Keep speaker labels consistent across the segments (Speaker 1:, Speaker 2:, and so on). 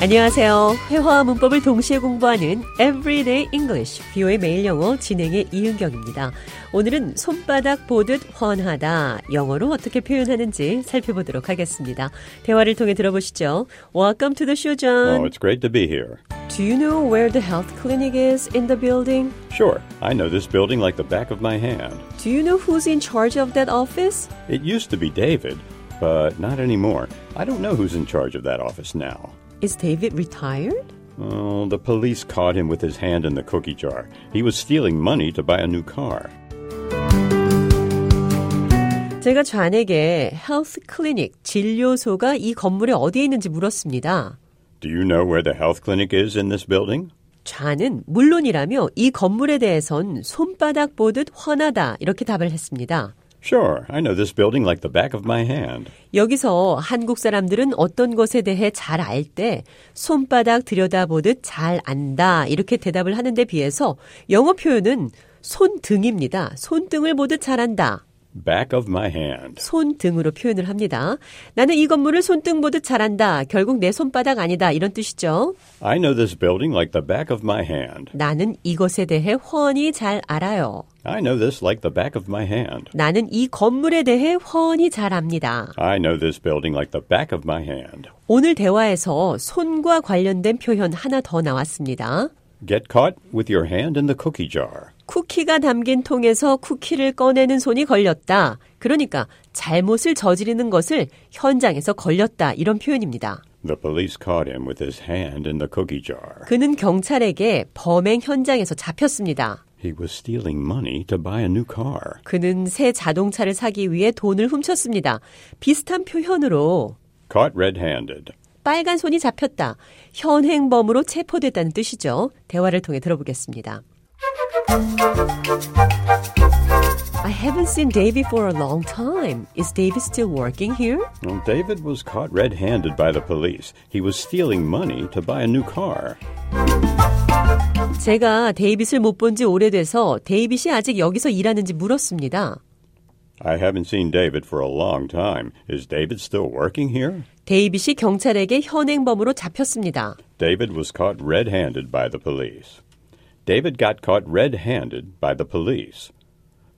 Speaker 1: 안녕하세요. 회화와 문법을 동시에 공부하는 Everyday English, 뷰의 매일 영어 진행의 이은경입니다. 오늘은 손바닥 보듯 훤하다, 영어로 어떻게 표현하는지 살펴보도록 하겠습니다. 대화를 통해 들어보시죠. Welcome to the show,
Speaker 2: Oh,
Speaker 1: John.
Speaker 2: it's great to be here.
Speaker 1: Do you know where the health clinic is in the building?
Speaker 2: Sure, I know this building like the back of my hand.
Speaker 1: Do you know who's in charge of that office?
Speaker 2: It used to be David, but not anymore. I don't know who's in charge of that office now.
Speaker 1: Is David retired?
Speaker 2: Oh, the police caught him with his hand in the cookie jar. He was stealing money to buy a new car.
Speaker 1: 제가 좌에게 헬스 클리닉 진료소가 이 건물에 어디에 있는지 물었습니다.
Speaker 2: Do you know where the health clinic is in this building?
Speaker 1: 좌는 물론이라며 이 건물에 대해선 손바닥 보듯 훤하다 이렇게 답을 했습니다.
Speaker 2: Sure, I know this building like the back of my hand.
Speaker 1: 여기서 한국 사람들은 어떤 것에 대해 잘 알 때 손바닥 들여다보듯 잘 안다 이렇게 대답을 하는데 비해서 영어 표현은 손등입니다. 손등을 보듯 잘 안다.
Speaker 2: Back of my hand.
Speaker 1: 손등으로 표현을 합니다. 나는 이 건물을 손등 보듯 잘한다. 결국 내 손바닥 아니다. 이런 뜻이죠.
Speaker 2: I know this building like the back of my hand.
Speaker 1: 나는 이것에 대해 훤히 잘 알아요.
Speaker 2: I know this like the back of my hand.
Speaker 1: 나는 이 건물에 대해 훤히 잘 압니다.
Speaker 2: I know this building like the back of my hand.
Speaker 1: 오늘 대화에서 손과 관련된 표현 하나 더 나왔습니다.
Speaker 2: Get caught with your hand in the cookie jar.
Speaker 1: 쿠키가 담긴 통에서 쿠키를 꺼내는 손이 걸렸다. 그러니까 잘못을 저지르는 것을 현장에서 걸렸다. 이런 표현입니다.
Speaker 2: The police caught him with his hand in the cookie jar.
Speaker 1: 그는 경찰에게 범행 현장에서 잡혔습니다.
Speaker 2: He was stealing money to buy a new car.
Speaker 1: 그는 새 자동차를 사기 위해 돈을 훔쳤습니다. 비슷한 표현으로
Speaker 2: Caught red handed.
Speaker 1: 빨간 손이 잡혔다. 현행범으로 체포됐다는 뜻이죠. 대화를 통해 들어보겠습니다. I haven't seen Davy for a long time. Is Davy still working here?
Speaker 2: Well, David was caught red handed by the police. He was stealing money to buy a new car.
Speaker 1: 제가 데이빗을 못 본 지 오래돼서 데이빗이 아직 여기서 일하는지 물었습니다.
Speaker 2: I haven't seen David for a long time. Is David still working here?
Speaker 1: 데이빗이 경찰에게 현행범으로 잡혔습니다.
Speaker 2: David was caught red handed by the police. David got caught red handed by the police.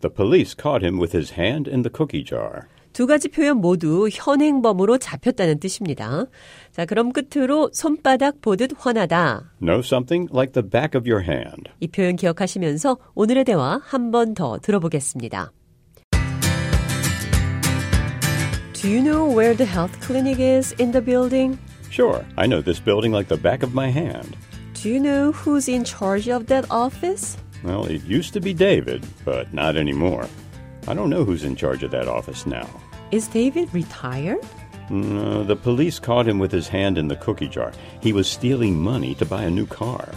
Speaker 2: The police caught him with his hand in the cookie jar.
Speaker 1: 두 가지 표현 모두 현행범으로 잡혔다는 뜻입니다. 자, 그럼 끝으로 손바닥 보듯 훤하다.
Speaker 2: Know something like the back of your hand.
Speaker 1: 이 표현 기억하시면서 오늘의 대화 한 번 더 들어보겠습니다. Do you know where the health clinic is in the building?
Speaker 2: Sure, I know this building like the back of my hand.
Speaker 1: Do you know who's in charge of that office?
Speaker 2: Well, it used to be David, but not anymore. I don't know who's in charge of that office now.
Speaker 1: Is David retired?
Speaker 2: Mm, uh, the police caught him with his hand in the cookie jar. He was stealing money to buy a new car.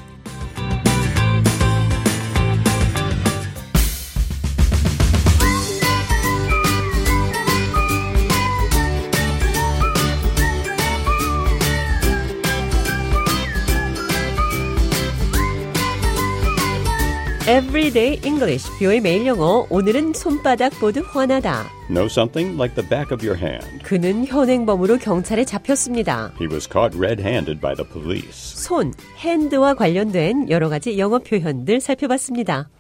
Speaker 1: Everyday English, 뷰의 매일 영어. 오늘은 손바닥 보듯 훤하다.
Speaker 2: Know something like the back of your hand.
Speaker 1: 그는 현행범으로 경찰에 잡혔습니다.
Speaker 2: He was caught red handed by the police.
Speaker 1: 손, 핸드와 관련된 여러 가지 영어 표현들 살펴봤습니다.